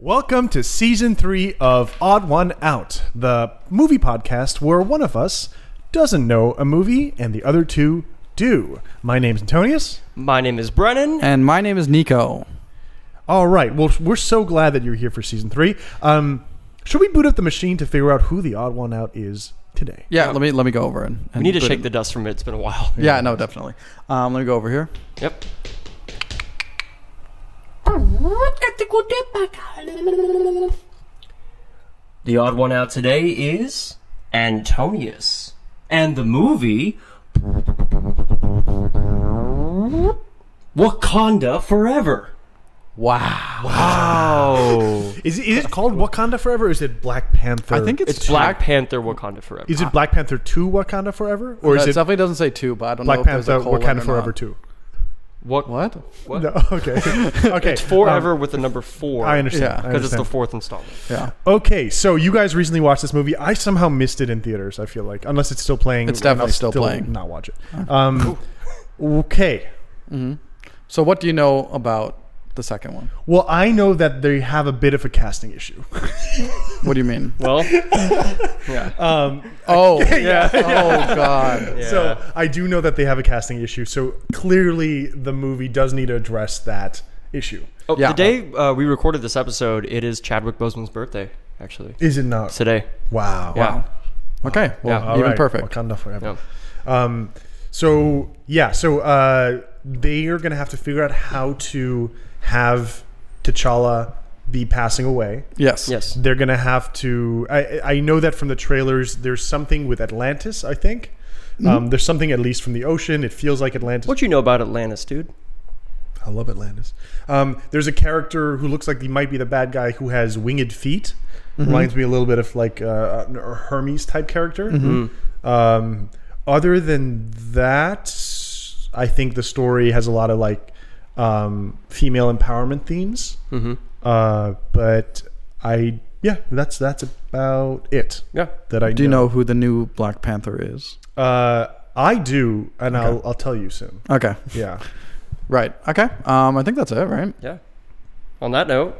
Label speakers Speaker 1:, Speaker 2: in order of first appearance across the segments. Speaker 1: Welcome to season three of Odd One Out, the movie podcast where one of us doesn't know a movie and the other two do. My name's Antonius.
Speaker 2: My name is Brennan.
Speaker 3: And my name is Nico.
Speaker 1: All right. Well, we're so glad that you're here for season three. Um, should we boot up the machine to figure out who the Odd One Out is today?
Speaker 3: Yeah, let me let me go over and,
Speaker 2: We need to shake the dust from it. It's been a while.
Speaker 3: Yeah, no, definitely. Um, let me go over here.
Speaker 2: Yep. The odd one out today is Antonius. And the movie Wakanda Forever.
Speaker 3: Wow.
Speaker 2: Oh.
Speaker 1: Is, is it called Wakanda Forever or is it Black Panther?
Speaker 3: I think it's,
Speaker 2: it's Black Panther Wakanda Forever.
Speaker 1: Is it Black Panther 2 Wakanda Forever?
Speaker 3: Or
Speaker 1: Or is
Speaker 3: it
Speaker 1: it
Speaker 3: definitely doesn't say two, but I don't
Speaker 1: Black
Speaker 3: know if there's
Speaker 1: Panther
Speaker 3: a colon
Speaker 1: Wakanda
Speaker 3: or
Speaker 1: Forever
Speaker 3: not.
Speaker 1: 2?
Speaker 2: What?
Speaker 3: What?
Speaker 2: What?
Speaker 1: No, okay. okay.
Speaker 2: It's forever with the number four.
Speaker 1: Um, I understand.
Speaker 3: Yeah.
Speaker 1: I
Speaker 2: Because it's
Speaker 1: understand.
Speaker 2: the fourth installment.
Speaker 3: Yeah,
Speaker 1: Okay, so you guys recently watched this movie. I somehow missed it in theaters. I feel like unless it's still playing,
Speaker 3: It's definitely
Speaker 1: and I'll
Speaker 3: still playing.
Speaker 1: Not watch it. Um, okay.
Speaker 3: So what do you know about the second one?
Speaker 1: Well, I know that they have a bit of a casting issue.
Speaker 3: What do you mean?
Speaker 2: Well, yeah.
Speaker 1: Um,
Speaker 3: Oh,
Speaker 1: yeah.
Speaker 3: oh God.
Speaker 2: yeah.
Speaker 1: So I do know that they have a casting issue. So clearly, the movie does need to address that issue.
Speaker 2: Oh,
Speaker 3: Yeah.
Speaker 2: the day uh, we recorded this episode, it is Chadwick Boseman's birthday, actually.
Speaker 1: Is it not?
Speaker 2: Today.
Speaker 1: wow.
Speaker 2: Yeah.
Speaker 3: Okay, well,
Speaker 2: Yeah.
Speaker 1: All
Speaker 3: even
Speaker 1: right,
Speaker 3: perfect.
Speaker 1: Wakanda forever. Um, so yeah, so uh, they are going to have to figure out how to have T'Challa be passing away.
Speaker 3: Yes.
Speaker 2: Yes.
Speaker 1: They're going to have to. I, I know that from the trailers. There's something with Atlantis. I think um, there's something at least from the ocean. It feels like Atlantis.
Speaker 2: What you know about Atlantis, dude?
Speaker 1: I love Atlantis. Um, there's a character who looks like he might be the bad guy who has winged feet. Reminds me a little bit of like uh, a Hermes type character. Um, other than that, I think the story has a lot of like um, female empowerment themes.
Speaker 2: Mm-hmm.
Speaker 1: Uh, but I, yeah, that's that's about it
Speaker 2: Yeah.
Speaker 1: that I
Speaker 3: Do you know who the new Black Panther is?
Speaker 1: Uh, I do, and
Speaker 3: Okay.
Speaker 1: I'll I'll tell you soon.
Speaker 3: Okay.
Speaker 1: Yeah.
Speaker 3: Right. Okay. Um, I think that's it, right?
Speaker 2: Yeah. On that note,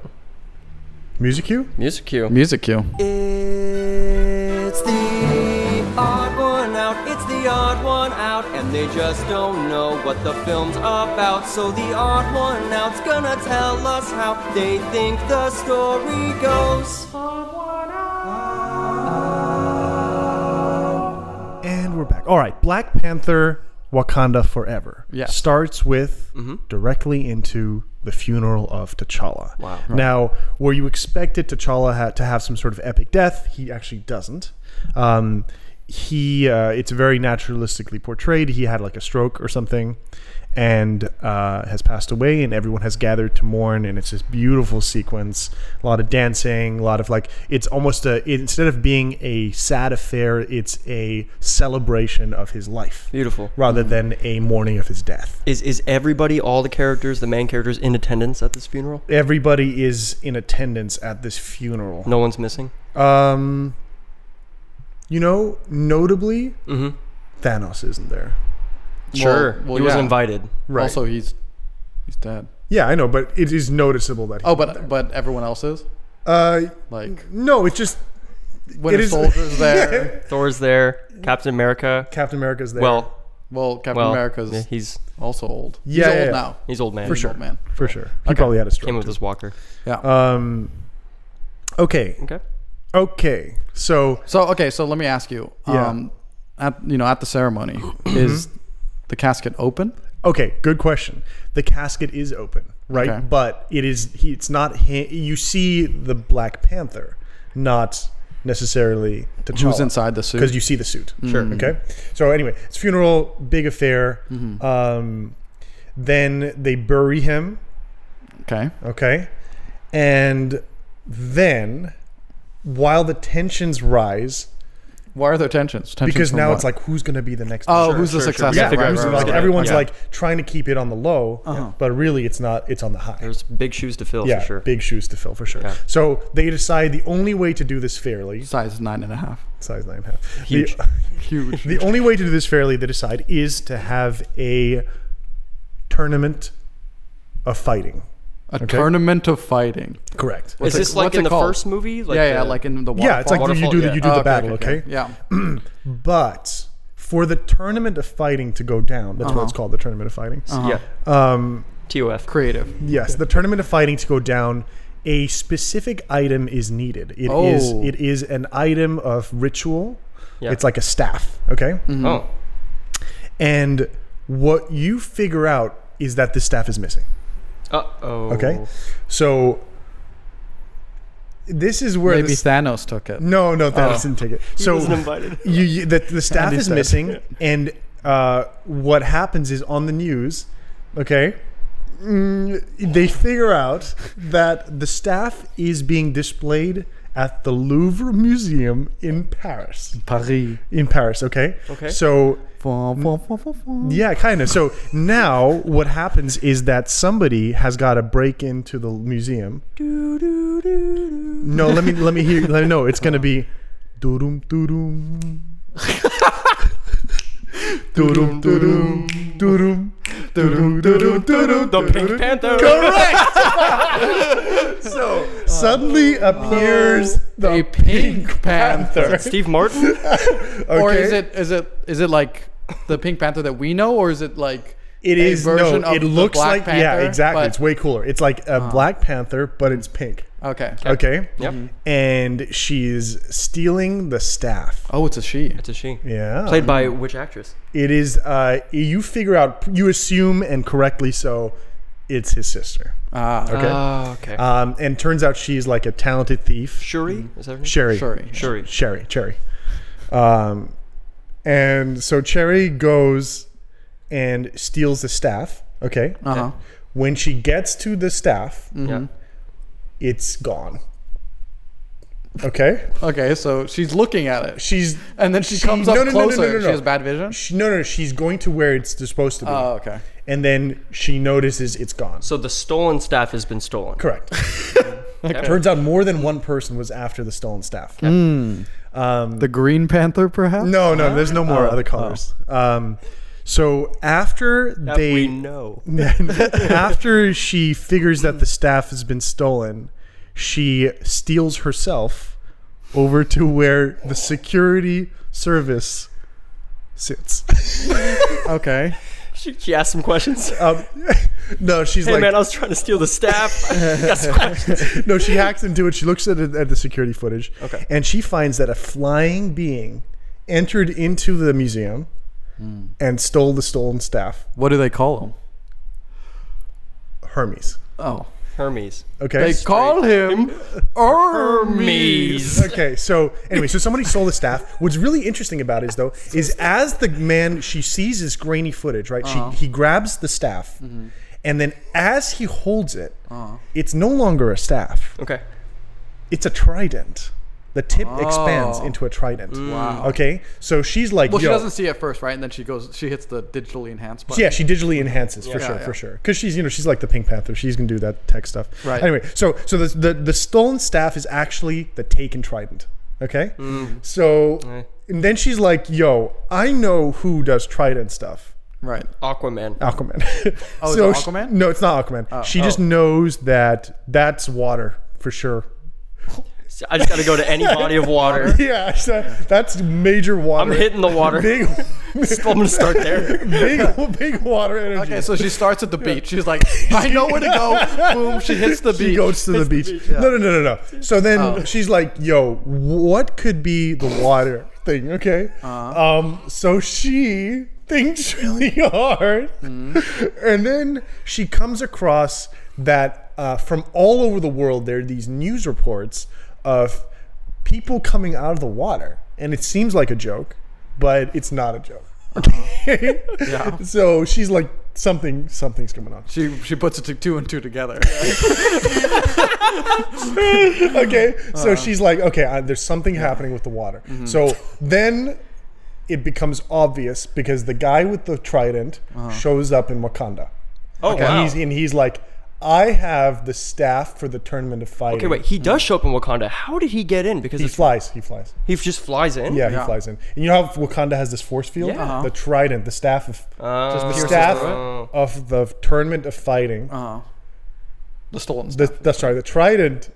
Speaker 1: Music cue.
Speaker 2: music cue.
Speaker 3: Music cue.
Speaker 2: It's the odd one out. It's the odd one out, and they just don't know what the film's about. So the odd one out's gonna tell us how they think the story goes.
Speaker 1: And we're back. All right, Black Panther Wakanda Forever.
Speaker 3: Yeah.
Speaker 1: Starts with directly into the funeral of T'Challa.
Speaker 2: Wow.
Speaker 1: Now, where you expected T'Challa ha- to have some sort of epic death, he actually doesn't. Um, he uh, it's very naturalistically portrayed. He had like a stroke or something, and uh, has passed away. And everyone has gathered to mourn. And it's this beautiful sequence. A lot of dancing. A lot of like it's almost a instead of being a sad affair, it's a celebration of his life
Speaker 2: Beautiful.
Speaker 1: rather than a mourning of his death.
Speaker 2: Is is everybody, all the characters, the main characters, in attendance at this funeral?
Speaker 1: Everybody is in attendance at this funeral.
Speaker 2: No one's missing.
Speaker 1: Um, you know, notably,
Speaker 2: Mm-hmm.
Speaker 1: Thanos isn't there.
Speaker 2: Sure.
Speaker 3: Well, well,
Speaker 2: he was
Speaker 3: yeah.
Speaker 2: invited.
Speaker 1: Right.
Speaker 3: Also, he's he's dead.
Speaker 1: yeah, I know, but it is noticeable that. He,
Speaker 3: Oh, but but everyone else is
Speaker 1: uh,
Speaker 3: like
Speaker 1: no, it's just
Speaker 3: Winter
Speaker 1: It is-
Speaker 3: Soldier's there.
Speaker 2: Thor's there. Captain America.
Speaker 1: Captain America's there.
Speaker 2: Well,
Speaker 3: Well, Captain
Speaker 2: well,
Speaker 3: America's
Speaker 2: yeah, he's
Speaker 3: also old.
Speaker 1: Yeah,
Speaker 3: he's
Speaker 1: yeah,
Speaker 3: old
Speaker 1: yeah.
Speaker 3: now.
Speaker 2: he's old man.
Speaker 1: For
Speaker 3: He's
Speaker 1: sure.
Speaker 3: old man. Uh,
Speaker 1: for sure, he
Speaker 3: Okay.
Speaker 1: probably had a stroke.
Speaker 2: Came with
Speaker 1: too.
Speaker 2: his walker.
Speaker 3: Yeah.
Speaker 1: Um, okay,
Speaker 2: Okay.
Speaker 1: okay, so
Speaker 3: so okay, so let me ask you.
Speaker 1: Yeah. Mm-hmm.
Speaker 3: Um, at you know at the ceremony is the casket open?
Speaker 1: Okay, good question. The casket is open, right?
Speaker 3: Okay.
Speaker 1: But it is he, it's not him. You see the Black Panther, not necessarily T'Challa.
Speaker 3: Who's inside the suit?
Speaker 1: Because you see the suit. Sure. Okay. So anyway, it's funeral, big affair. Um, then they bury him.
Speaker 3: okay.
Speaker 1: Okay. And then, while the tensions rise,
Speaker 3: Why are there tensions? tensions
Speaker 1: because
Speaker 3: from
Speaker 1: now
Speaker 3: what?
Speaker 1: it's like who's going to be the next?
Speaker 3: oh,
Speaker 1: one?
Speaker 3: who's the
Speaker 2: sure, sure.
Speaker 3: successor?
Speaker 1: yeah,
Speaker 2: gotta figure out
Speaker 3: Right,
Speaker 1: who's-
Speaker 3: right,
Speaker 2: who's
Speaker 1: like
Speaker 3: right.
Speaker 2: gonna-
Speaker 1: everyone's
Speaker 2: yeah.
Speaker 1: like trying to keep it on the low,
Speaker 3: Uh-huh.
Speaker 1: but really it's not. It's on the high.
Speaker 2: There's big shoes to fill
Speaker 1: yeah,
Speaker 2: for sure.
Speaker 1: big shoes to fill for sure.
Speaker 2: Yeah.
Speaker 1: So they decide the only way to do this fairly,
Speaker 3: size nine and a half.
Speaker 1: size nine and a half.
Speaker 2: Huge.
Speaker 1: The,
Speaker 3: Huge.
Speaker 1: the only way to do this fairly, they decide, is to have a tournament of fighting.
Speaker 3: A tournament of fighting.
Speaker 1: Correct.
Speaker 2: Is
Speaker 3: it-
Speaker 2: this like
Speaker 3: what's
Speaker 2: in
Speaker 3: it
Speaker 2: the
Speaker 3: called?
Speaker 2: first movie?
Speaker 3: yeah, yeah,
Speaker 2: the-
Speaker 3: like in the
Speaker 1: Yeah, it's like
Speaker 2: Waterfall,
Speaker 1: you do the,
Speaker 2: yeah.
Speaker 1: you do
Speaker 3: Oh,
Speaker 1: the battle, okay?
Speaker 3: Yeah.
Speaker 1: But for the tournament of fighting to go down, that's what it's called, the tournament of fighting.
Speaker 3: uh-huh.
Speaker 2: yeah.
Speaker 1: Um,
Speaker 2: TOF.
Speaker 3: Creative.
Speaker 1: yes, the tournament of fighting to go down, a specific item is needed. It is
Speaker 3: Oh.
Speaker 1: it is an item of ritual.
Speaker 2: Yeah.
Speaker 1: It's like a staff, okay?
Speaker 3: Hmm.
Speaker 2: Oh,
Speaker 1: And what you figure out is that this staff is missing.
Speaker 2: uh oh.
Speaker 1: Okay. So this is where
Speaker 3: Maybe
Speaker 1: this-
Speaker 3: Thanos took it.
Speaker 1: no, no, that doesn't take it. So
Speaker 2: wasn't invited.
Speaker 1: You, you the, the staff
Speaker 3: Andy's
Speaker 1: is
Speaker 3: dead.
Speaker 1: missing, and uh, what happens is on the news, okay, mm, they figure out that the staff is being displayed at the Louvre Museum in Paris.
Speaker 3: Paris.
Speaker 1: In Paris, okay.
Speaker 2: Okay.
Speaker 1: So
Speaker 3: Fa- fa- fa- fa- fa.
Speaker 1: yeah, kind of. So now what happens is that somebody has got to break into the museum. No, let me let me hear. Let me know. It's gonna be. Doo-dum, doo-dum. Doo-dum, doo-dum, doo-dum, doo-dum, doo-dum, doo-dum,
Speaker 2: The Pink
Speaker 1: doo-dum.
Speaker 2: Panther.
Speaker 1: Correct. so suddenly appears
Speaker 3: Oh. A
Speaker 1: the
Speaker 3: Pink Panther.
Speaker 2: Steve Martin.
Speaker 1: okay?
Speaker 3: Or is it is it is it like the Pink Panther that we know, or is it like
Speaker 1: It
Speaker 3: a
Speaker 1: is
Speaker 3: version
Speaker 1: no.
Speaker 3: of
Speaker 1: it
Speaker 3: the
Speaker 1: looks
Speaker 3: Black
Speaker 1: like
Speaker 3: Panther,
Speaker 1: yeah, exactly.
Speaker 3: but- Oh.
Speaker 1: It's way cooler. It's like a Black Panther, but it's pink.
Speaker 3: okay.
Speaker 1: Okay.
Speaker 2: Yep.
Speaker 1: And she's stealing the staff.
Speaker 3: Oh, it's a she.
Speaker 2: It's a she.
Speaker 1: Yeah.
Speaker 2: Played by which actress?
Speaker 1: It is. Uh, you figure out. You assume, and correctly so, it's his sister.
Speaker 3: Ah,
Speaker 1: Okay.
Speaker 2: Ah, okay.
Speaker 1: Um, and turns out she's like a talented thief.
Speaker 2: Shuri.
Speaker 3: mm-hmm.
Speaker 2: Is that her name?
Speaker 1: Sherry.
Speaker 3: sorry.
Speaker 2: Shuri.
Speaker 1: Sherry. Cherry. Um, and so Cherry goes and steals the staff. Okay.
Speaker 3: Uh huh.
Speaker 1: When she gets to the staff,
Speaker 2: Yeah.
Speaker 1: it's gone. Okay.
Speaker 3: Okay, so she's looking at it,
Speaker 1: She's
Speaker 3: and then she comes up
Speaker 1: no, no, no, no,
Speaker 3: closer.
Speaker 1: no, no,
Speaker 3: She
Speaker 1: no.
Speaker 3: has bad vision.
Speaker 1: She, no, no, she's going to where it's supposed to be,
Speaker 3: Oh, okay.
Speaker 1: and then she notices it's gone.
Speaker 2: So the stolen staff has been stolen.
Speaker 1: Correct. Turns out more than one person was after the stolen staff.
Speaker 3: Mm.
Speaker 1: Hmm. Um,
Speaker 3: The Green Panther, perhaps.
Speaker 1: No, no, there's no more other colors. Um, so after
Speaker 2: That
Speaker 1: they,
Speaker 2: we know.
Speaker 1: after she figures that the staff has been stolen, she steals herself over to where the security service sits.
Speaker 3: Okay.
Speaker 2: She, she asked some questions.
Speaker 1: Um, no, she's
Speaker 2: Hey
Speaker 1: like,
Speaker 2: man, I was trying to steal the staff. I got some questions.
Speaker 1: no, she hacks into it. She looks at, it, at the security footage.
Speaker 2: Okay.
Speaker 1: And she finds that a flying being entered into the museum
Speaker 3: Hmm.
Speaker 1: and stole the stolen staff,
Speaker 3: What do they call him?
Speaker 1: Hermes.
Speaker 3: Oh,
Speaker 2: Hermes.
Speaker 1: Okay.
Speaker 3: they call him Hermes.
Speaker 1: okay. So anyway, so somebody stole the staff. What's really interesting about it is though, is as the man she sees this grainy footage, right?
Speaker 3: Uh-huh.
Speaker 1: She he grabs the staff,
Speaker 3: Mm-hmm.
Speaker 1: and then as he holds it,
Speaker 3: Uh-huh.
Speaker 1: it's no longer a staff.
Speaker 2: Okay.
Speaker 1: It's a trident. The tip expands
Speaker 3: Oh.
Speaker 1: into a trident.
Speaker 3: Wow.
Speaker 1: Okay. So she's like,
Speaker 3: Well, she
Speaker 1: Yo.
Speaker 3: doesn't see it first, right? And then she goes. She hits the digitally enhanced button.
Speaker 1: Yeah, she digitally enhances for
Speaker 3: Yeah,
Speaker 1: sure,
Speaker 3: yeah.
Speaker 1: for sure. Because she's you know she's like the Pink Panther. She's gonna do that tech stuff.
Speaker 3: Right.
Speaker 1: Anyway, so so the the, the stolen staff is actually the taken trident. Okay.
Speaker 3: Mm.
Speaker 1: So and then she's like, "Yo, I know who does trident stuff."
Speaker 3: Right.
Speaker 2: Aquaman.
Speaker 1: Aquaman.
Speaker 3: Oh, is
Speaker 1: So
Speaker 3: it
Speaker 1: she-
Speaker 3: Aquaman? Oh,
Speaker 1: no, it's not Aquaman. she just knows that that's water for sure.
Speaker 2: I just gotta go to any body of water.
Speaker 1: Yeah, so that's major water.
Speaker 2: I'm hitting the water.
Speaker 1: Big,
Speaker 2: I'm gonna start there.
Speaker 1: big, big water energy.
Speaker 3: Okay, so she starts at the beach. She's like, I know where to go. Boom. She hits the beach.
Speaker 1: She goes to the beach. Oh. No, no, no, no, no. So then she's like, "Yo, what could be the water thing?" Okay. Um. So she thinks really Hmm. hard, and then she comes across that uh, from all over the world there are these news reports of people coming out of the water, and it seems like a joke, but it's not a joke. Uh-huh. yeah. So she's like, something, something's coming on.
Speaker 3: She she puts it to two and two together.
Speaker 1: okay,
Speaker 2: Uh-huh.
Speaker 1: so she's like, okay, I, there's something happening with the water.
Speaker 2: Mm-hmm.
Speaker 1: So then it becomes obvious because the guy with the trident shows up in Wakanda.
Speaker 2: Uh-huh. Oh
Speaker 1: And,
Speaker 2: wow.
Speaker 1: he's, and he's like, I have the staff for the tournament of fighting.
Speaker 2: okay, wait. He does show up in Wakanda. How did he get in? Because
Speaker 1: He
Speaker 2: it's,
Speaker 1: flies. He flies.
Speaker 2: he just flies in.
Speaker 1: Yeah,
Speaker 3: Yeah.
Speaker 1: he flies in. And you know how Wakanda has this force field?
Speaker 2: Yeah. Uh-huh.
Speaker 1: The trident, the staff of
Speaker 2: Uh,
Speaker 3: Just Mm-hmm. pierces
Speaker 1: staff
Speaker 3: through it?
Speaker 2: Uh.
Speaker 1: of the tournament of fighting
Speaker 3: Uh-huh. the stolen
Speaker 1: The,
Speaker 3: stuff.
Speaker 1: that's sorry, the trident.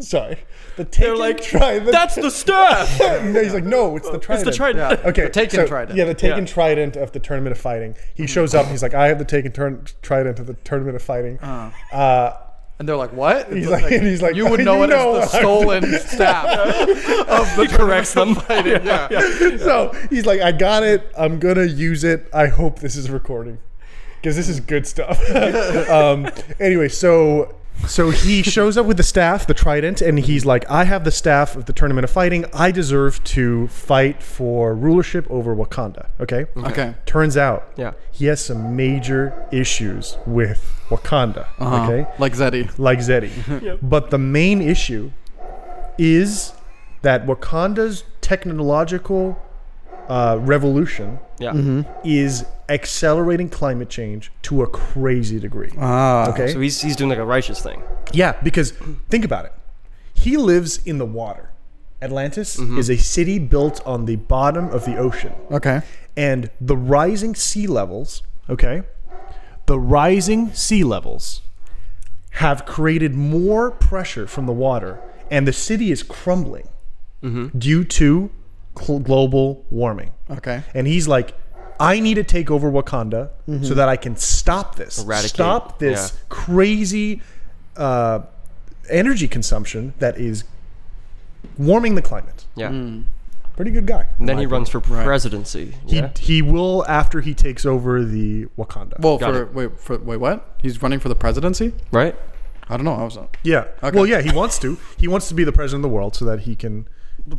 Speaker 1: Sorry, the taken
Speaker 2: They're like,
Speaker 1: trident.
Speaker 2: that's the stuff.
Speaker 1: no, he's like, no, it's the
Speaker 2: It's
Speaker 1: trident.
Speaker 2: the trident.
Speaker 3: Yeah.
Speaker 1: Okay,
Speaker 3: The taken
Speaker 1: so-
Speaker 3: trident.
Speaker 1: Yeah, the taken
Speaker 2: Yeah.
Speaker 1: trident of the tournament of fighting. He shows up. He's like, I have the taken turn- trident of the tournament of fighting. Uh,
Speaker 3: and they're like, what?
Speaker 1: he's like, and he's like,
Speaker 3: you would
Speaker 1: "You
Speaker 3: know it
Speaker 1: know what
Speaker 3: as the
Speaker 1: I'm
Speaker 3: stolen staff of the
Speaker 2: He corrects them.
Speaker 3: fighting. Yeah.
Speaker 1: so he's like, I got it. I'm gonna use it. I hope this is recording because this is good stuff. um, anyway, so so he shows up with the staff, the trident, and he's like, I have the staff of the tournament of fighting. I deserve to fight for rulership over Wakanda. Okay.
Speaker 3: Okay.
Speaker 1: Turns out,
Speaker 2: Yeah.
Speaker 1: he has some major issues with Wakanda.
Speaker 3: Uh-huh.
Speaker 1: Okay
Speaker 3: Like Zeddy.
Speaker 1: like Zeddy. But the main issue is that Wakanda's technological uh, revolution
Speaker 2: Yeah.
Speaker 1: is accelerating climate change to a crazy degree.
Speaker 3: Ah.
Speaker 1: Okay.
Speaker 2: So he's, he's doing like a righteous thing.
Speaker 1: yeah, because think about it. He lives in the water. Atlantis is a city built on the bottom of the ocean
Speaker 3: Okay.
Speaker 1: and the rising sea levels, okay? The rising sea levels have created more pressure from the water, and the city is crumbling
Speaker 2: Mm-hmm.
Speaker 1: due to cl- global warming.
Speaker 3: Okay.
Speaker 1: And he's like, I need to take over Wakanda so that I can stop this.
Speaker 2: Mm-hmm. Eradicate,
Speaker 1: Stop this
Speaker 2: yeah.
Speaker 1: crazy uh, energy consumption that is warming the climate.
Speaker 2: Yeah.
Speaker 3: Mm.
Speaker 1: Pretty good guy.
Speaker 2: And then he runs for presidency.
Speaker 1: He,
Speaker 2: yeah?
Speaker 1: he will after he takes over the Wakanda.
Speaker 3: Well,
Speaker 2: Got
Speaker 3: for
Speaker 2: it.
Speaker 3: wait, for wait, what? He's running for the presidency?
Speaker 2: Right?
Speaker 3: I don't know. I was. not
Speaker 1: yeah.
Speaker 3: okay.
Speaker 1: Well, yeah, he wants to. He wants to be the president of the world so that he can.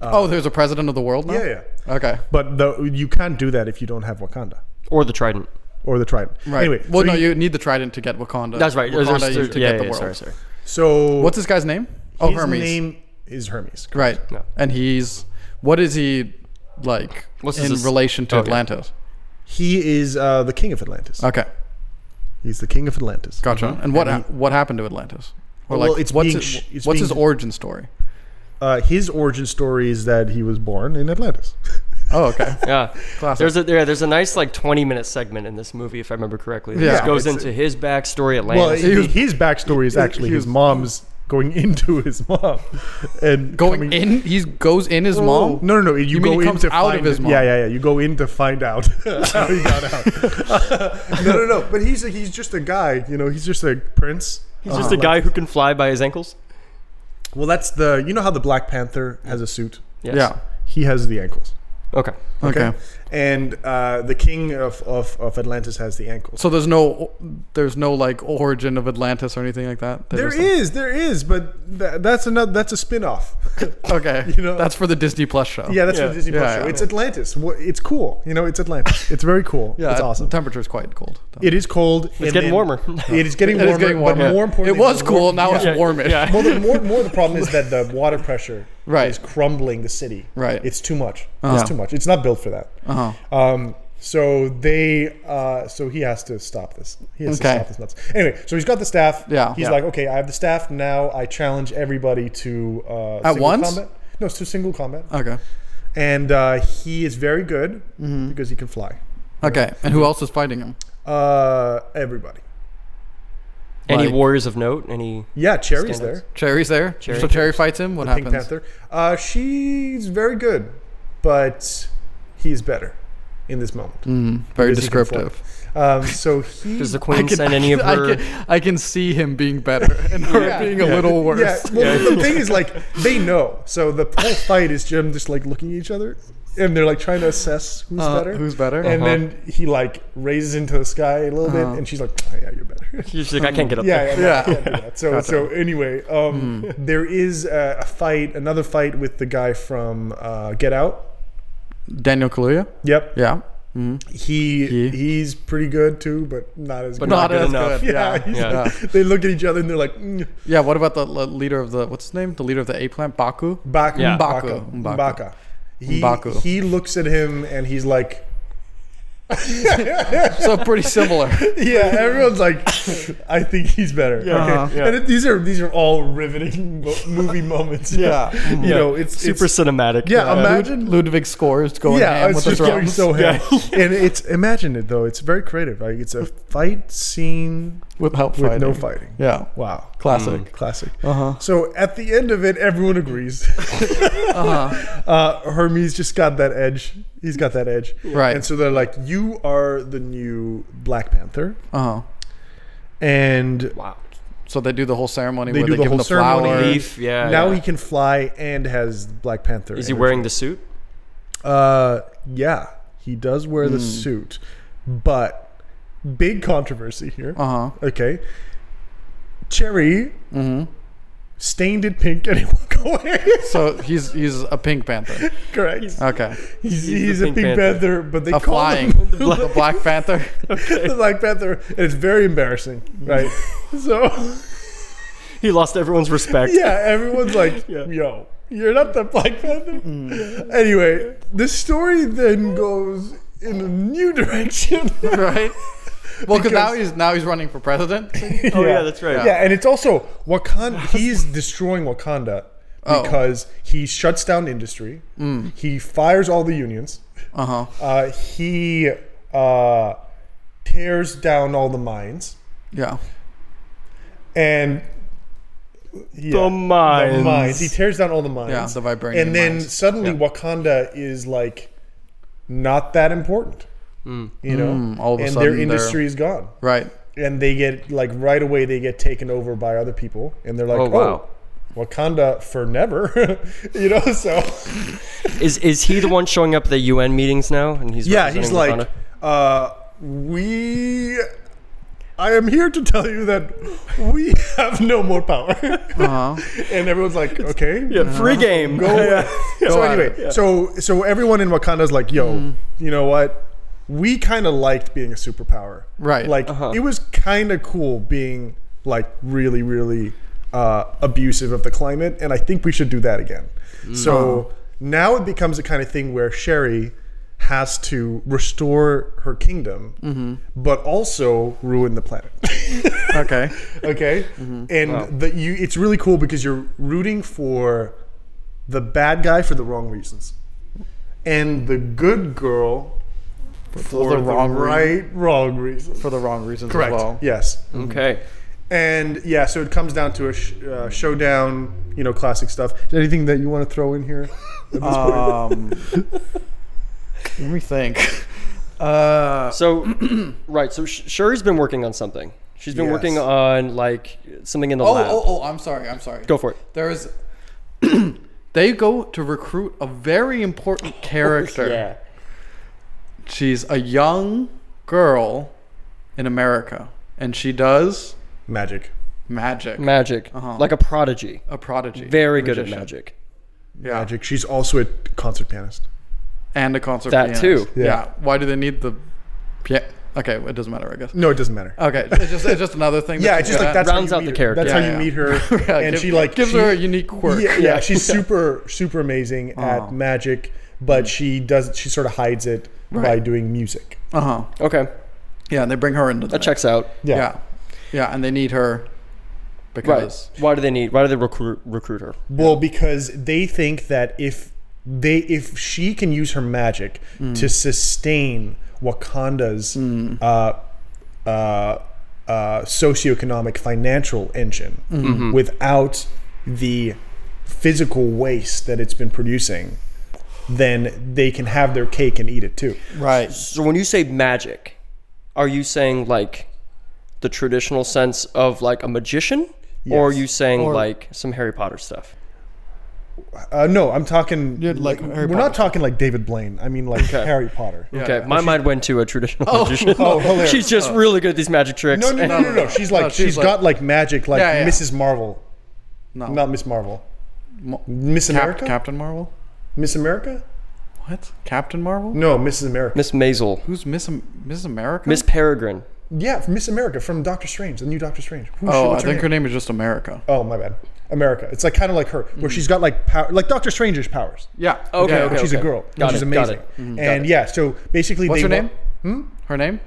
Speaker 3: oh, there's a president of the world now.
Speaker 1: Yeah, yeah.
Speaker 3: Okay.
Speaker 1: But the, you can't do that if you don't have Wakanda
Speaker 2: Or the trident.
Speaker 1: or the Trident.
Speaker 3: Right.
Speaker 1: Anyway,
Speaker 3: well,
Speaker 1: so
Speaker 3: no,
Speaker 1: he-
Speaker 3: you need the trident to get Wakanda.
Speaker 2: That's right. There's-
Speaker 3: Wakanda
Speaker 2: there's-
Speaker 3: you- to
Speaker 2: yeah,
Speaker 3: get the
Speaker 2: yeah,
Speaker 3: world.
Speaker 2: sorry, sorry.
Speaker 1: So
Speaker 3: What's this guy's name? Oh,
Speaker 1: his
Speaker 3: Hermes.
Speaker 1: name? Is Hermes?
Speaker 3: Right.
Speaker 2: Yeah.
Speaker 3: And he's what is he like
Speaker 2: What's
Speaker 3: in
Speaker 2: his- Oh,
Speaker 3: relation to
Speaker 2: okay.
Speaker 3: Atlantis?
Speaker 1: He is uh, the king of Atlantis.
Speaker 3: Okay.
Speaker 1: He's the king of Atlantis.
Speaker 3: Gotcha. And what what happened to Atlantis? Or
Speaker 1: Mm-hmm. Well, it's
Speaker 3: what's
Speaker 1: being
Speaker 3: his,
Speaker 1: sh- it's
Speaker 3: what's
Speaker 1: being-
Speaker 3: his origin story?
Speaker 1: Uh, his origin story is that he was born in Atlantis.
Speaker 3: Oh, okay.
Speaker 2: Yeah.
Speaker 3: Classic.
Speaker 2: There's a yeah, there's a nice like 20 minute segment in this movie if I remember correctly. It just
Speaker 3: Yeah.
Speaker 2: goes
Speaker 1: It's-
Speaker 2: into his backstory
Speaker 1: well,
Speaker 2: Atlantis.
Speaker 1: he- his backstory is actually
Speaker 3: he
Speaker 1: his
Speaker 3: was-
Speaker 1: mom's going into his mom and
Speaker 3: Going
Speaker 1: coming-
Speaker 3: in, he goes in his
Speaker 1: Oh,
Speaker 3: mom.
Speaker 1: No, no, no. You,
Speaker 3: You
Speaker 1: go
Speaker 3: mean
Speaker 1: in
Speaker 3: he comes
Speaker 1: to
Speaker 3: out
Speaker 1: find,
Speaker 3: of his mom?
Speaker 1: Yeah, yeah, yeah. You go in to find out how he got out. no, no, no. But he's a, he's just a guy. You know, he's just a prince. Uh-huh.
Speaker 2: He's just
Speaker 3: Oh,
Speaker 2: a guy who can fly by his ankles.
Speaker 1: Well, that's the. You know how the Black Panther has a suit.
Speaker 2: Yes.
Speaker 3: Yeah.
Speaker 1: He has the ankles.
Speaker 2: Okay.
Speaker 3: Okay.
Speaker 1: And uh, the king of, of, of Atlantis has the ankles.
Speaker 3: So there's no there's no like origin of Atlantis or anything like that. They're
Speaker 1: there
Speaker 3: just like-
Speaker 1: is, there is, but tha that's another. That's a spin-off.
Speaker 3: okay.
Speaker 1: You know-
Speaker 3: that's for the Disney Plus show.
Speaker 1: yeah, that's
Speaker 2: Yeah.
Speaker 1: what Disney Plus
Speaker 3: Yeah,
Speaker 1: show.
Speaker 3: yeah.
Speaker 1: It's Atlantis. Wha- It's cool. You know, it's Atlantis. It's very cool.
Speaker 3: yeah.
Speaker 1: it's awesome.
Speaker 3: The temperature's quite cold. though.
Speaker 1: It is cold. It's
Speaker 2: getting warmer.
Speaker 1: It is getting
Speaker 3: It
Speaker 1: warmer.
Speaker 3: is getting
Speaker 1: But
Speaker 3: warmer.
Speaker 1: more importantly,
Speaker 3: it was
Speaker 1: the
Speaker 3: cool.
Speaker 1: warm-
Speaker 3: Now it's
Speaker 2: Yeah.
Speaker 3: warmish.
Speaker 2: Yeah.
Speaker 1: Well, the more, more the problem is that the water pressure
Speaker 3: Right.
Speaker 1: is crumbling the city.
Speaker 3: Right.
Speaker 1: It's too much.
Speaker 3: Uh-huh.
Speaker 1: It's too much. It's not built for that.
Speaker 3: Uh-huh.
Speaker 1: Um, so they, uh, so he has to stop this. He has
Speaker 3: Okay.
Speaker 1: to stop this nuts. Anyway, so he's got the staff.
Speaker 3: Yeah.
Speaker 1: He's
Speaker 3: Yeah.
Speaker 1: like, okay, I have the staff now. I challenge everybody to uh, at
Speaker 3: once?
Speaker 1: Combat. No, it's to single combat.
Speaker 3: Okay.
Speaker 1: And uh, he is very good
Speaker 3: Mm-hmm.
Speaker 1: because he can fly.
Speaker 3: Okay. And who else is fighting him?
Speaker 1: Uh, everybody.
Speaker 2: Any
Speaker 3: Like-
Speaker 2: warriors of note? Any
Speaker 1: Yeah, Cherry's
Speaker 2: Standards.
Speaker 1: there.
Speaker 3: Cherry's there.
Speaker 2: Cherry.
Speaker 3: So Cherry fights him. What
Speaker 1: Pink
Speaker 3: happens?
Speaker 1: Panther. Uh, she's very good, but he's better in this moment.
Speaker 3: Mm-hmm. Very
Speaker 1: Because he can fly.
Speaker 3: descriptive.
Speaker 1: Um, so he.
Speaker 2: does the queen send any of
Speaker 3: I
Speaker 2: her
Speaker 3: can, I can see him being better and her being a
Speaker 1: Yeah.
Speaker 3: little worse.
Speaker 1: Yeah. Well, the thing is, like, they know. So the whole fight is Jim just like looking at each other, and they're like trying to assess who's
Speaker 3: Uh,
Speaker 1: better.
Speaker 3: who's better?
Speaker 1: And
Speaker 2: Uh-huh.
Speaker 1: then he like raises into the sky a little
Speaker 3: Uh-huh.
Speaker 1: bit, and she's like, oh, "Yeah, you're better."
Speaker 2: She's like, I can't get up
Speaker 1: yeah,
Speaker 2: there.
Speaker 1: yeah, no,
Speaker 3: Yeah. Hmm.
Speaker 1: I can't do that. So, so anyway, um, there is a, a fight, another fight with the guy from uh, Get Out.
Speaker 3: Daniel Kaluuya.
Speaker 1: Yep,
Speaker 3: Yeah.
Speaker 1: he,
Speaker 3: He.
Speaker 1: he's pretty good too, but not as
Speaker 2: But
Speaker 1: good.
Speaker 2: not good enough.
Speaker 1: yeah,
Speaker 3: Yeah.
Speaker 1: he's-
Speaker 2: Yeah.
Speaker 1: they look at each other and they're like, mm,
Speaker 3: Yeah, What about the le- leader of the what's his name? The leader of the ape plant, Baku.
Speaker 1: Baku,
Speaker 2: Yeah.
Speaker 1: Baku,
Speaker 3: M'Baku.
Speaker 1: M'Baka. He,
Speaker 3: M'Baku.
Speaker 1: he looks at him and he's like,
Speaker 3: so pretty similar. Uh,
Speaker 1: yeah, everyone's like, I think he's better. Okay.
Speaker 3: Uh-huh.
Speaker 2: Yeah.
Speaker 1: And it- these are these are all riveting mo- movie moments.
Speaker 3: Yeah.
Speaker 1: you know, it's
Speaker 2: Super
Speaker 1: it's-
Speaker 2: cinematic. uh,
Speaker 1: yeah,
Speaker 3: Lud-
Speaker 1: imagine
Speaker 3: Ludwig scores going
Speaker 1: yeah,
Speaker 3: ham
Speaker 1: it's
Speaker 3: with the
Speaker 1: just going
Speaker 3: drums.
Speaker 1: so ham. and it's imagine it though. It's very creative. Like it's a fight scene
Speaker 3: without
Speaker 1: with
Speaker 3: fighting.
Speaker 1: no Uh-huh. fighting.
Speaker 3: Yeah.
Speaker 1: Wow.
Speaker 3: Classic.
Speaker 1: Mm, Classic.
Speaker 3: Uh huh.
Speaker 1: So at the end of it, everyone agrees.
Speaker 3: Uh-huh.
Speaker 1: uh, Hermes just got that edge. He's got that edge.
Speaker 3: Right.
Speaker 1: And so they're like, you are the new Black Panther.
Speaker 3: Uh huh.
Speaker 1: And
Speaker 2: Wow.
Speaker 3: So they do the whole ceremony
Speaker 1: They
Speaker 3: where
Speaker 1: do
Speaker 3: they
Speaker 1: the
Speaker 3: give him
Speaker 1: whole
Speaker 3: the
Speaker 1: ceremony.
Speaker 3: flowers.
Speaker 2: Leaf. Yeah.
Speaker 1: now
Speaker 2: yeah.
Speaker 1: he can fly and has Black Panther.
Speaker 2: Is he
Speaker 1: energy.
Speaker 2: wearing the suit?
Speaker 1: Uh, yeah, he does wear
Speaker 2: Hmm.
Speaker 1: the suit, but big controversy here.
Speaker 2: Uh-huh.
Speaker 3: Uh huh.
Speaker 1: Okay, Cherry
Speaker 2: Mm-hmm.
Speaker 1: stained it pink, and it won't go away.
Speaker 3: So he's he's a Pink Panther.
Speaker 1: Correct. He's,
Speaker 3: Okay.
Speaker 1: he's,
Speaker 2: the
Speaker 1: a
Speaker 2: Pink
Speaker 1: Pink
Speaker 2: Panther.
Speaker 1: Panther. but they
Speaker 3: A
Speaker 1: call
Speaker 3: flying
Speaker 1: him
Speaker 3: the Black, Panther.
Speaker 1: the Black Panther, and it's very embarrassing, right? so
Speaker 2: He lost everyone's respect.
Speaker 1: yeah, everyone's like,
Speaker 2: Yeah. Mm.
Speaker 1: "Yo, you're not the Black Panther." Anyway, the story then goes in a new direction.
Speaker 3: Right. Well, because now
Speaker 1: Because-
Speaker 3: he's now he's running for president.
Speaker 2: Oh yeah, that's right.
Speaker 1: Yeah, and it's also Wakanda. He's destroying Wakanda
Speaker 3: Oh. Mm.
Speaker 1: because he shuts down industry. He fires all the unions.
Speaker 3: Uh huh.
Speaker 1: Uh, he uh, tears down all the mines
Speaker 3: Yeah.
Speaker 1: and yeah,
Speaker 2: mines.
Speaker 1: He tears down all the mines.
Speaker 3: Yeah, the vibranium
Speaker 1: And then
Speaker 3: mines.
Speaker 1: suddenly Wakanda is like not that important. You know,
Speaker 3: Mm, all of a
Speaker 1: and
Speaker 3: sudden
Speaker 1: their
Speaker 3: they're-
Speaker 1: industry is gone.
Speaker 3: Right.
Speaker 1: and they get like right away they get taken over by other people and they're like
Speaker 2: Oh,
Speaker 1: oh,
Speaker 2: wow.
Speaker 1: wakanda for never you know so
Speaker 2: Is is he the one showing up at the UN meetings now? And he's
Speaker 1: yeah he's
Speaker 2: representing
Speaker 1: like uh we i am here to tell you that we have no more power
Speaker 3: Uh huh.
Speaker 1: and everyone's like okay
Speaker 2: Wakanda? Uh-huh. yeah, free game.
Speaker 1: go away. so
Speaker 3: Go at
Speaker 1: anyway so so everyone in wakanda's like yo
Speaker 3: Mm.
Speaker 1: you know what we kind of liked being a superpower
Speaker 3: Right.
Speaker 1: like it was kind of cool being like really really uh, abusive of the climate and i think we should do that again
Speaker 3: Mm.
Speaker 1: so
Speaker 3: Uh-huh.
Speaker 1: now it becomes the kind of thing where sherry has to restore her kingdom but also ruin the planet
Speaker 3: Mm-hmm. Okay.
Speaker 1: okay
Speaker 3: Mm-hmm.
Speaker 1: and the, you it's really cool because you're rooting for the bad guy for the wrong reasons and the good girl for,
Speaker 3: the wrong rea-
Speaker 1: right wrong reasons
Speaker 3: For the wrong reasons
Speaker 1: correct
Speaker 3: as well. Mm-hmm.
Speaker 1: yes
Speaker 2: Okay.
Speaker 1: and yeah so it comes down to a sh- uh, showdown you know classic stuff Is there anything that you want to throw in here
Speaker 3: Um, let me think. Uh,
Speaker 2: So, right. So Sh- Shuri's been working on something. She's been
Speaker 1: Yes.
Speaker 2: working on like something in the
Speaker 3: oh,
Speaker 2: lab.
Speaker 3: oh, oh, I'm sorry. I'm sorry.
Speaker 2: Go for it.
Speaker 3: There is. they go to recruit a very important character.
Speaker 2: Yeah.
Speaker 3: She's a young girl in America, and she does
Speaker 1: magic
Speaker 3: magic.
Speaker 2: Magic.
Speaker 3: Uh-huh.
Speaker 2: Like a prodigy.
Speaker 3: a prodigy.
Speaker 2: Very good at
Speaker 3: magician.
Speaker 2: magic.
Speaker 3: Yeah.
Speaker 1: magic she's also a concert pianist
Speaker 3: And a concert
Speaker 2: That
Speaker 3: pianist.
Speaker 2: too.
Speaker 3: Yeah.
Speaker 1: Yeah.
Speaker 3: Why do they need the. Pia- okay, it doesn't matter, I guess.
Speaker 1: no it doesn't matter
Speaker 3: Okay, it's just, it's just another thing. that
Speaker 1: yeah it's
Speaker 3: she's
Speaker 1: just
Speaker 3: good
Speaker 1: like
Speaker 3: at.
Speaker 1: that's
Speaker 2: Rounds
Speaker 1: how
Speaker 2: out
Speaker 1: you meet
Speaker 2: the
Speaker 1: her.
Speaker 2: character.
Speaker 1: that's
Speaker 3: Yeah,
Speaker 1: how you
Speaker 3: yeah.
Speaker 1: meet her
Speaker 3: Yeah,
Speaker 1: and
Speaker 3: give-
Speaker 1: she like
Speaker 3: gives
Speaker 1: she-
Speaker 3: her a unique quirk.
Speaker 1: Yeah, yeah, she's super super amazing at magic, but she does she sort of hides it by
Speaker 3: Right.
Speaker 1: doing music.
Speaker 3: Uh huh.
Speaker 2: Okay.
Speaker 3: Yeah, and they bring her into the
Speaker 2: That checks out.
Speaker 3: Yeah. yeah, and they need her because
Speaker 2: Right. Why do they need? Why do they recruit recruit her?
Speaker 1: Well, because they think that if they if she can use her magic
Speaker 3: Hmm.
Speaker 1: to sustain Wakanda's uh, uh, uh, socioeconomic financial engine
Speaker 3: Hmm. Mm-hmm.
Speaker 1: without the physical waste that it's been producing, then they can have their cake and eat it too.
Speaker 3: right,
Speaker 2: So when you say magic, are you saying like the traditional sense of like a magician, or are
Speaker 1: Yes.
Speaker 2: you saying
Speaker 3: Or-
Speaker 2: like some Harry Potter stuff?
Speaker 1: Uh, no, I'm talking.
Speaker 3: Yeah, like Harry
Speaker 1: we're
Speaker 3: Potter.
Speaker 1: not talking like David Blaine. I mean like Harry Potter.
Speaker 2: Okay,
Speaker 3: yeah.
Speaker 2: my mind went to a traditional magician.
Speaker 1: Oh, hilarious.
Speaker 2: She's just really good at these magic tricks.
Speaker 1: No, no, no, no, no. She's like
Speaker 3: No, she's
Speaker 1: she's got like magic, like
Speaker 3: Yeah, yeah.
Speaker 1: Mrs. Marvel,
Speaker 3: no,
Speaker 1: not Miss Marvel.
Speaker 3: Mo-
Speaker 1: Miss
Speaker 3: Oh. Cap-
Speaker 1: America.
Speaker 3: Captain Marvel.
Speaker 1: Miss America?
Speaker 3: What? Captain Marvel?
Speaker 1: No, Mrs. America.
Speaker 2: Miss Maisel,
Speaker 3: Who's Miss Am- Miss America?
Speaker 2: Miss Peregrine.
Speaker 1: Yeah, Miss America from Doctor Strange, the new Doctor Strange. Who-
Speaker 3: Oh, I
Speaker 1: what's her
Speaker 3: think her
Speaker 1: name?
Speaker 3: name is just America.
Speaker 1: Oh, my bad. America. It's like kind of like her, where she's got like power, like Doctor Strange-ish powers.
Speaker 3: Yeah.
Speaker 2: Okay,
Speaker 3: Yeah.
Speaker 1: but
Speaker 2: okay.
Speaker 1: she's a girl.
Speaker 2: Got
Speaker 1: and she's
Speaker 2: it, got
Speaker 1: amazing.
Speaker 2: it.
Speaker 1: And yeah, so basically,
Speaker 3: What's
Speaker 1: they
Speaker 3: her
Speaker 1: wa-
Speaker 3: name? Hmm? Her name?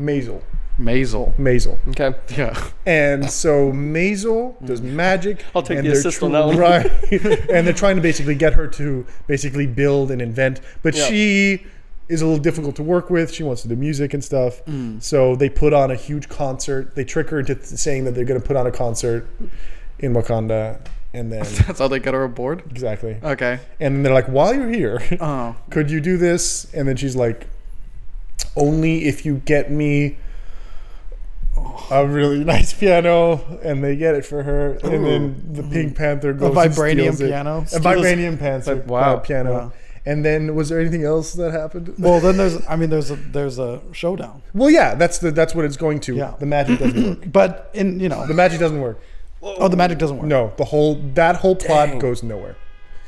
Speaker 1: Maisel.
Speaker 3: Maisel.
Speaker 1: Maisel.
Speaker 2: Okay,
Speaker 3: Yeah.
Speaker 1: And so Maisel does magic.
Speaker 2: Mm. I'll take
Speaker 1: and
Speaker 2: the
Speaker 1: they're
Speaker 2: assist on that one.
Speaker 1: Right. and they're trying to basically get her to basically build and invent, but
Speaker 2: Yeah.
Speaker 1: she is a little difficult to work with. She wants to do music and stuff.
Speaker 2: Mm.
Speaker 1: So they put on a huge concert. They trick her into th- saying that they're going to put on a concert in Wakanda, and then
Speaker 3: That's how they got her aboard.
Speaker 1: exactly.
Speaker 3: Okay.
Speaker 1: And then they're like, "While you're here,
Speaker 2: Uh-huh.
Speaker 3: Oh.
Speaker 1: could you do this?" And then she's like, "Only if you get me." A really nice piano, and they get it for her, and then the Pink Panther goes and
Speaker 4: Mm-hmm. vibranium
Speaker 1: steals it.
Speaker 4: piano?
Speaker 1: a
Speaker 4: Steals-
Speaker 1: vibranium panther,
Speaker 3: wow.
Speaker 1: uh, piano.
Speaker 4: Wow.
Speaker 1: And then was there anything else that happened?
Speaker 4: Well, then there's I mean there's a there's a showdown,
Speaker 1: Well, yeah, that's the that's what it's going to.
Speaker 4: Yeah.
Speaker 1: The magic doesn't work.
Speaker 4: but in you know
Speaker 1: The magic doesn't work.
Speaker 4: oh the magic doesn't work.
Speaker 1: No, the whole that whole plot goes nowhere.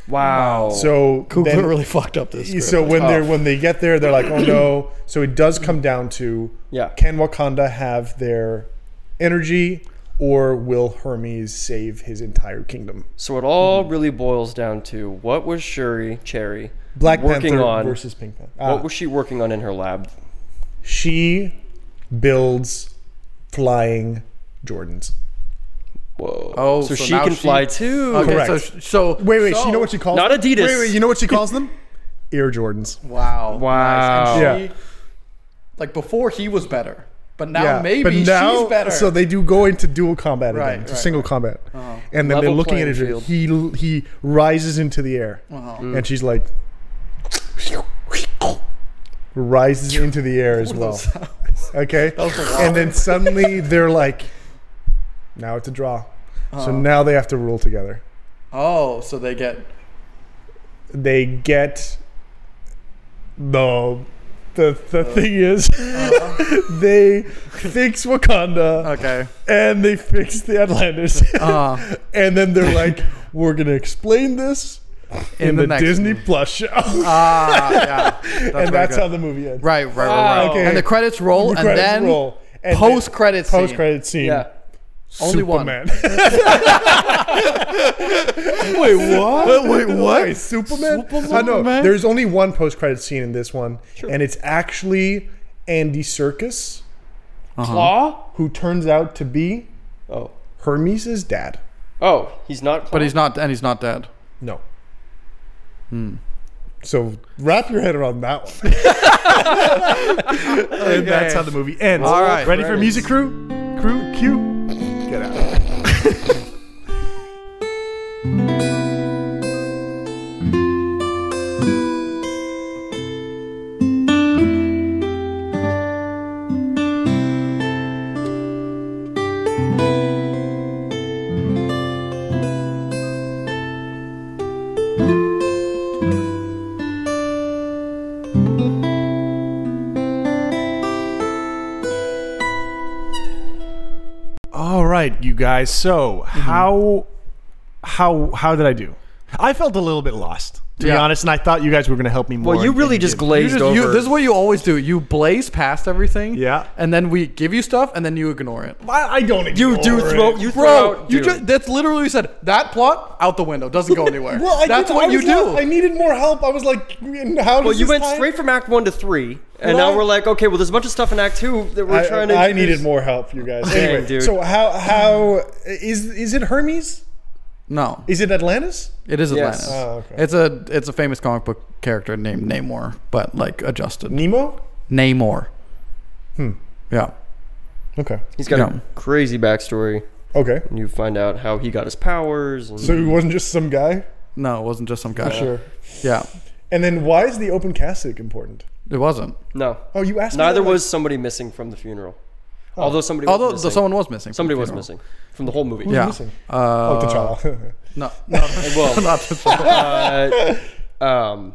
Speaker 3: Wow.
Speaker 1: So
Speaker 4: Coogler
Speaker 1: then-
Speaker 4: really fucked up this. Script.
Speaker 1: so when they are
Speaker 3: Tough.
Speaker 1: when they get there, they're like, oh no. So it does come down to
Speaker 2: Yeah.
Speaker 1: can Wakanda have their energy, or will Hermes save his entire kingdom?
Speaker 2: So it all really boils down to what was Shuri Cherry
Speaker 1: Black
Speaker 2: working
Speaker 1: Panther
Speaker 2: on?
Speaker 1: versus Pink Panther. Ah.
Speaker 2: what was she working on in her lab?
Speaker 1: she builds flying Jordans.
Speaker 2: Whoa!
Speaker 3: Oh,
Speaker 2: so,
Speaker 3: so
Speaker 2: she
Speaker 3: now
Speaker 2: can
Speaker 3: she-
Speaker 2: fly too.
Speaker 3: Okay,
Speaker 1: Correct.
Speaker 3: so so
Speaker 1: Wait, wait.
Speaker 3: so,
Speaker 1: you know what she calls
Speaker 2: Not
Speaker 1: them?
Speaker 2: Adidas.
Speaker 1: Wait, wait. You know what she calls them? Air Jordans.
Speaker 3: Wow.
Speaker 2: Wow.
Speaker 3: Nice. And
Speaker 1: Yeah.
Speaker 3: she, like before he was better, but now
Speaker 1: yeah,
Speaker 3: maybe
Speaker 1: but now,
Speaker 3: she's better.
Speaker 1: So they do go into dual combat again,
Speaker 3: Right,
Speaker 1: to
Speaker 3: right,
Speaker 1: single combat, and then
Speaker 2: Level
Speaker 1: they're looking at
Speaker 2: playing
Speaker 1: each other.
Speaker 2: field.
Speaker 1: He he rises into the air,
Speaker 3: Oh.
Speaker 1: and she's like, rises into the air as well. Okay, and then suddenly they're like, now it's a draw.
Speaker 3: Uh-huh.
Speaker 1: So now they have to rule together.
Speaker 3: oh, so they get
Speaker 1: They get the the the
Speaker 3: Uh,
Speaker 1: thing is they fix Wakanda.
Speaker 3: uh-huh. okay.
Speaker 1: and they fixed the Outlanders.
Speaker 3: Uh,
Speaker 1: and then they're like, we're gonna explain this in,
Speaker 3: the
Speaker 1: the,
Speaker 3: next
Speaker 1: Disney
Speaker 3: one."
Speaker 1: Plus show,
Speaker 3: ah, yeah, that's very
Speaker 1: and that's
Speaker 3: good.
Speaker 1: how the movie ends.
Speaker 3: Right, right, right, right.
Speaker 1: Okay.
Speaker 3: And the credits roll,
Speaker 1: The
Speaker 3: Oh, and
Speaker 1: credits
Speaker 3: then
Speaker 1: roll, and then
Speaker 3: post credits.
Speaker 1: post-credit scene.
Speaker 2: Yeah.
Speaker 3: Only one.
Speaker 1: Superman.
Speaker 3: Wait, what? Wait,
Speaker 1: Wait,
Speaker 3: what?
Speaker 1: Superman?
Speaker 3: Superman?
Speaker 1: I know. There's only one post-credit scene in this one, and it's actually Andy Circus,
Speaker 3: Uh-huh.
Speaker 2: Claw?
Speaker 1: who turns out to be
Speaker 2: Oh,
Speaker 1: Hermes' dad.
Speaker 2: oh, he's not. Claw.
Speaker 3: But he's not, and he's not dead.
Speaker 1: No.
Speaker 3: Hmm.
Speaker 1: So wrap your head around that one. and that's how the movie ends.
Speaker 3: All right.
Speaker 1: Ready for music, crew? Crew, cue. Get out.
Speaker 4: All right, you guys.
Speaker 5: So
Speaker 1: Mm-hmm.
Speaker 5: how how how did I do? I felt a little bit lost, to be
Speaker 3: Yeah.
Speaker 5: honest, and I thought you guys were going to help me more.
Speaker 2: well, you
Speaker 5: and-
Speaker 2: really
Speaker 5: and
Speaker 2: just
Speaker 5: didn't.
Speaker 3: You
Speaker 2: glazed
Speaker 3: just,
Speaker 2: over.
Speaker 3: you, this is what you always do. You blaze past everything.
Speaker 5: Yeah.
Speaker 3: And then we give you stuff, and then you ignore it.
Speaker 5: I, I don't. Ignore
Speaker 2: you do
Speaker 5: it.
Speaker 2: throw. You throw.
Speaker 3: Bro,
Speaker 2: out-
Speaker 3: you
Speaker 2: dude.
Speaker 3: just—that's literally what you said. That plot out the window doesn't go anywhere.
Speaker 1: Well, I
Speaker 3: that's
Speaker 1: did-
Speaker 3: what
Speaker 1: I
Speaker 3: you
Speaker 1: was
Speaker 3: do.
Speaker 1: not- I needed more help. I was like, and how does
Speaker 2: Well, you
Speaker 1: this
Speaker 2: went
Speaker 1: tie in?
Speaker 2: straight from Act One to Three, and now
Speaker 1: Right.
Speaker 2: we're like, okay, well, there's a bunch of stuff in Act Two that we're
Speaker 1: I,
Speaker 2: trying to.
Speaker 1: I needed more help, you guys.
Speaker 2: Dang,
Speaker 1: anyway,
Speaker 2: dude.
Speaker 1: so how how is is it Hermes?
Speaker 3: no,
Speaker 1: Is it Atlantis?
Speaker 3: it is
Speaker 2: Yes.
Speaker 3: Atlantis.
Speaker 1: Oh, okay.
Speaker 3: It's a it's a famous comic book character named Namor, but like adjusted
Speaker 1: Nemo?
Speaker 3: Namor. Hmm. Yeah.
Speaker 1: Okay.
Speaker 2: He's got
Speaker 3: Yeah.
Speaker 2: a crazy backstory,
Speaker 1: Okay.
Speaker 2: and you find out how he got his powers. And
Speaker 1: So he wasn't just some guy.
Speaker 3: No, it wasn't just some guy.
Speaker 1: Sure.
Speaker 3: Yeah,
Speaker 1: And then why is the open cassock important?
Speaker 3: it wasn't.
Speaker 2: no,
Speaker 1: Oh, you asked. me that,
Speaker 2: neither
Speaker 1: like- Oh.
Speaker 2: was somebody missing from the funeral. Although somebody,
Speaker 3: Although
Speaker 2: was
Speaker 3: the,
Speaker 2: missing.
Speaker 3: someone was missing. from
Speaker 2: somebody
Speaker 3: the
Speaker 2: was
Speaker 3: funeral.
Speaker 2: missing from the whole movie.
Speaker 1: Who's
Speaker 3: Yeah.
Speaker 1: missing?
Speaker 3: Uh,
Speaker 1: oh, T'Challa.
Speaker 3: no, no,
Speaker 2: Well,
Speaker 3: not the funeral.
Speaker 2: uh, um,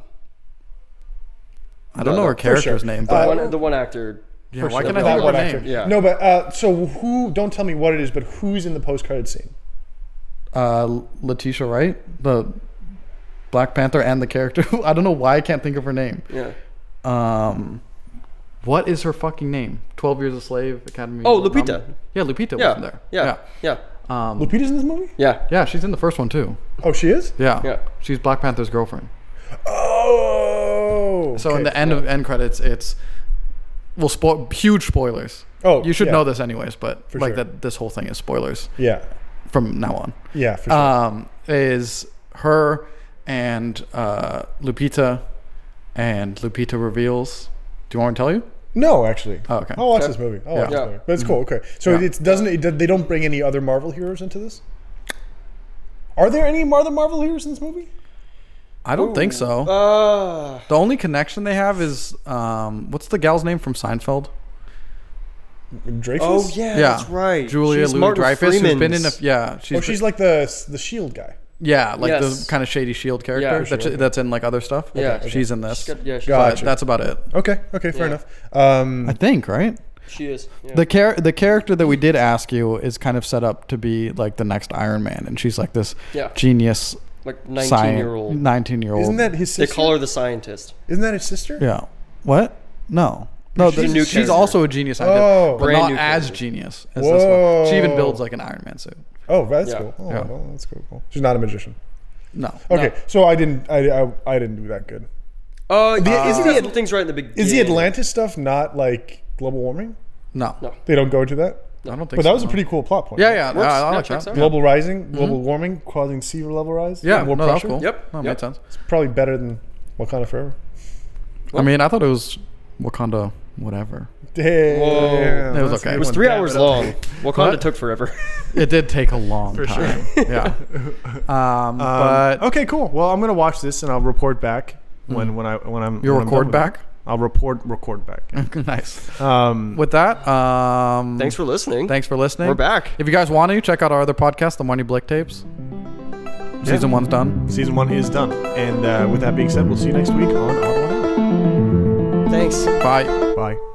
Speaker 3: I don't know her
Speaker 1: sure.
Speaker 3: character's name,
Speaker 1: Uh,
Speaker 3: but
Speaker 2: one, the one actor.
Speaker 3: yeah, why
Speaker 2: sure.
Speaker 3: can't I
Speaker 2: That
Speaker 3: think
Speaker 1: that
Speaker 3: of her
Speaker 1: one
Speaker 3: name?
Speaker 1: actor.
Speaker 2: Yeah.
Speaker 1: No, but uh, so who? Don't tell me what it is, but who's in the post-credit scene?
Speaker 3: uh, Letitia Wright, the Black Panther, and the character. I don't know why I can't think of her name.
Speaker 2: Yeah.
Speaker 3: Um, what is her fucking name? Twelve Years a Slave Academy.
Speaker 2: Oh, Lupita.
Speaker 3: yeah, Lupita was
Speaker 2: Yeah.
Speaker 3: in there.
Speaker 2: Yeah. Yeah.
Speaker 3: yeah. Um,
Speaker 1: Lupita's in this movie?
Speaker 2: Yeah.
Speaker 3: yeah, she's in the first one too.
Speaker 1: Oh, she is.
Speaker 3: Yeah,
Speaker 2: Yeah.
Speaker 3: she's Black Panther's girlfriend.
Speaker 1: Oh.
Speaker 3: So in
Speaker 1: okay.
Speaker 3: the end of end credits, it's well, spoil huge spoilers.
Speaker 1: Oh,
Speaker 3: you should
Speaker 1: yeah.
Speaker 3: know this anyways, but like
Speaker 1: sure.
Speaker 3: that, this whole thing is spoilers
Speaker 1: Yeah.
Speaker 3: from now on.
Speaker 1: Yeah. For sure.
Speaker 3: Um, is her and uh, Lupita and Lupita reveals. Do you want me to tell you?
Speaker 1: No, actually.
Speaker 3: Oh, okay.
Speaker 1: I'll watch this movie. I'll watch
Speaker 3: Yeah. Mm.
Speaker 1: this movie. But it's cool. Okay. So
Speaker 3: Yeah.
Speaker 1: it's doesn't it, they don't bring any other Marvel heroes into this? Are there any other Marvel heroes in this movie?
Speaker 3: I don't
Speaker 2: oh.
Speaker 3: think so.
Speaker 2: Uh,
Speaker 3: the only connection they have is um, what's the gal's name from Seinfeld?
Speaker 1: Dreyfus?
Speaker 2: oh yeah, that's right.
Speaker 3: Julia
Speaker 2: She's
Speaker 3: Louis
Speaker 2: Martin
Speaker 3: Dreyfus, who's been in a
Speaker 2: Freeman's.
Speaker 3: yeah, she's,
Speaker 1: Oh, she's like the the Shield guy.
Speaker 3: yeah, like
Speaker 2: Yes.
Speaker 3: the kind of shady shield E character
Speaker 2: Yeah.
Speaker 3: that's, that's in like other stuff.
Speaker 2: Yeah, okay.
Speaker 3: she's in this.
Speaker 2: She's got- yeah, she's
Speaker 1: Got
Speaker 3: but
Speaker 1: Gotcha.
Speaker 3: that's about it.
Speaker 1: Okay. Okay. Fair
Speaker 2: Yeah.
Speaker 1: enough. Um,
Speaker 3: I think right.
Speaker 2: She is. Yeah.
Speaker 3: The char- the character that we did ask you is kind of set up to be like the next Iron Man, and she's like this
Speaker 2: Yeah.
Speaker 3: genius
Speaker 2: like 19 year old.
Speaker 3: nineteen year old.
Speaker 1: isn't that his
Speaker 2: They
Speaker 1: sister?
Speaker 2: call her the scientist.
Speaker 1: Isn't that his sister?
Speaker 3: yeah? What? No, no.
Speaker 2: She's a
Speaker 3: She's,
Speaker 2: new
Speaker 3: she's
Speaker 2: character.
Speaker 3: also a genius scientist,
Speaker 1: Oh.
Speaker 3: but
Speaker 2: Brand
Speaker 3: not
Speaker 2: new
Speaker 3: as
Speaker 2: character.
Speaker 3: genius as this one. She even builds like an Iron Man suit.
Speaker 1: Oh, that's
Speaker 2: Yeah.
Speaker 1: cool. Oh,
Speaker 3: Yeah.
Speaker 1: well, that's cool. cool. She's not a magician.
Speaker 3: No.
Speaker 1: Okay. So I didn't. I, I, I didn't do that good.
Speaker 2: Uh, yeah,
Speaker 1: is
Speaker 2: isn't
Speaker 1: the-
Speaker 2: the things right in the beginning?
Speaker 1: Is the Atlantis stuff not like global warming?
Speaker 3: No.
Speaker 2: No.
Speaker 1: They don't go into that.
Speaker 3: I don't think.
Speaker 1: But that was
Speaker 3: so,
Speaker 1: a
Speaker 3: no.
Speaker 1: pretty cool plot point.
Speaker 3: Yeah, yeah.
Speaker 2: Works.
Speaker 3: I- I
Speaker 2: Yeah,
Speaker 3: like
Speaker 2: checks
Speaker 3: that.
Speaker 2: out.
Speaker 1: Global rising, global warming, causing sea level rise.
Speaker 3: Yeah,
Speaker 1: more
Speaker 3: no, that was
Speaker 1: pressure.
Speaker 3: cool.
Speaker 2: Yep,
Speaker 3: no,
Speaker 2: yep.
Speaker 3: made sense.
Speaker 1: It's probably better than Wakanda Forever.
Speaker 3: I mean, I thought it was Wakanda, whatever.
Speaker 1: Damn.
Speaker 2: Whoa.
Speaker 3: It was
Speaker 1: that's a
Speaker 3: okay.
Speaker 1: good
Speaker 2: It was
Speaker 1: one.
Speaker 2: three
Speaker 1: Damn
Speaker 2: hours
Speaker 1: it.
Speaker 2: long. Wakanda
Speaker 3: What?
Speaker 2: took forever.
Speaker 3: It did take a long time. Yeah. Um, but
Speaker 5: Um, okay, cool. Well, I'm gonna watch this and I'll report back when when I when I'm.
Speaker 3: you
Speaker 5: when I'm done
Speaker 3: record
Speaker 5: with it.
Speaker 3: back.
Speaker 5: I'll report record back.
Speaker 3: nice.
Speaker 5: Um,
Speaker 3: With that, um,
Speaker 2: Thanks for listening.
Speaker 3: thanks for listening.
Speaker 2: We're back.
Speaker 3: If you guys want to, check out our other podcast, The Marnie Blick Tapes. Season one's done.
Speaker 5: season one is done, and uh, with that being said, we'll see you next week on Odd One
Speaker 2: Thanks.
Speaker 3: Bye.
Speaker 5: Out. Bye.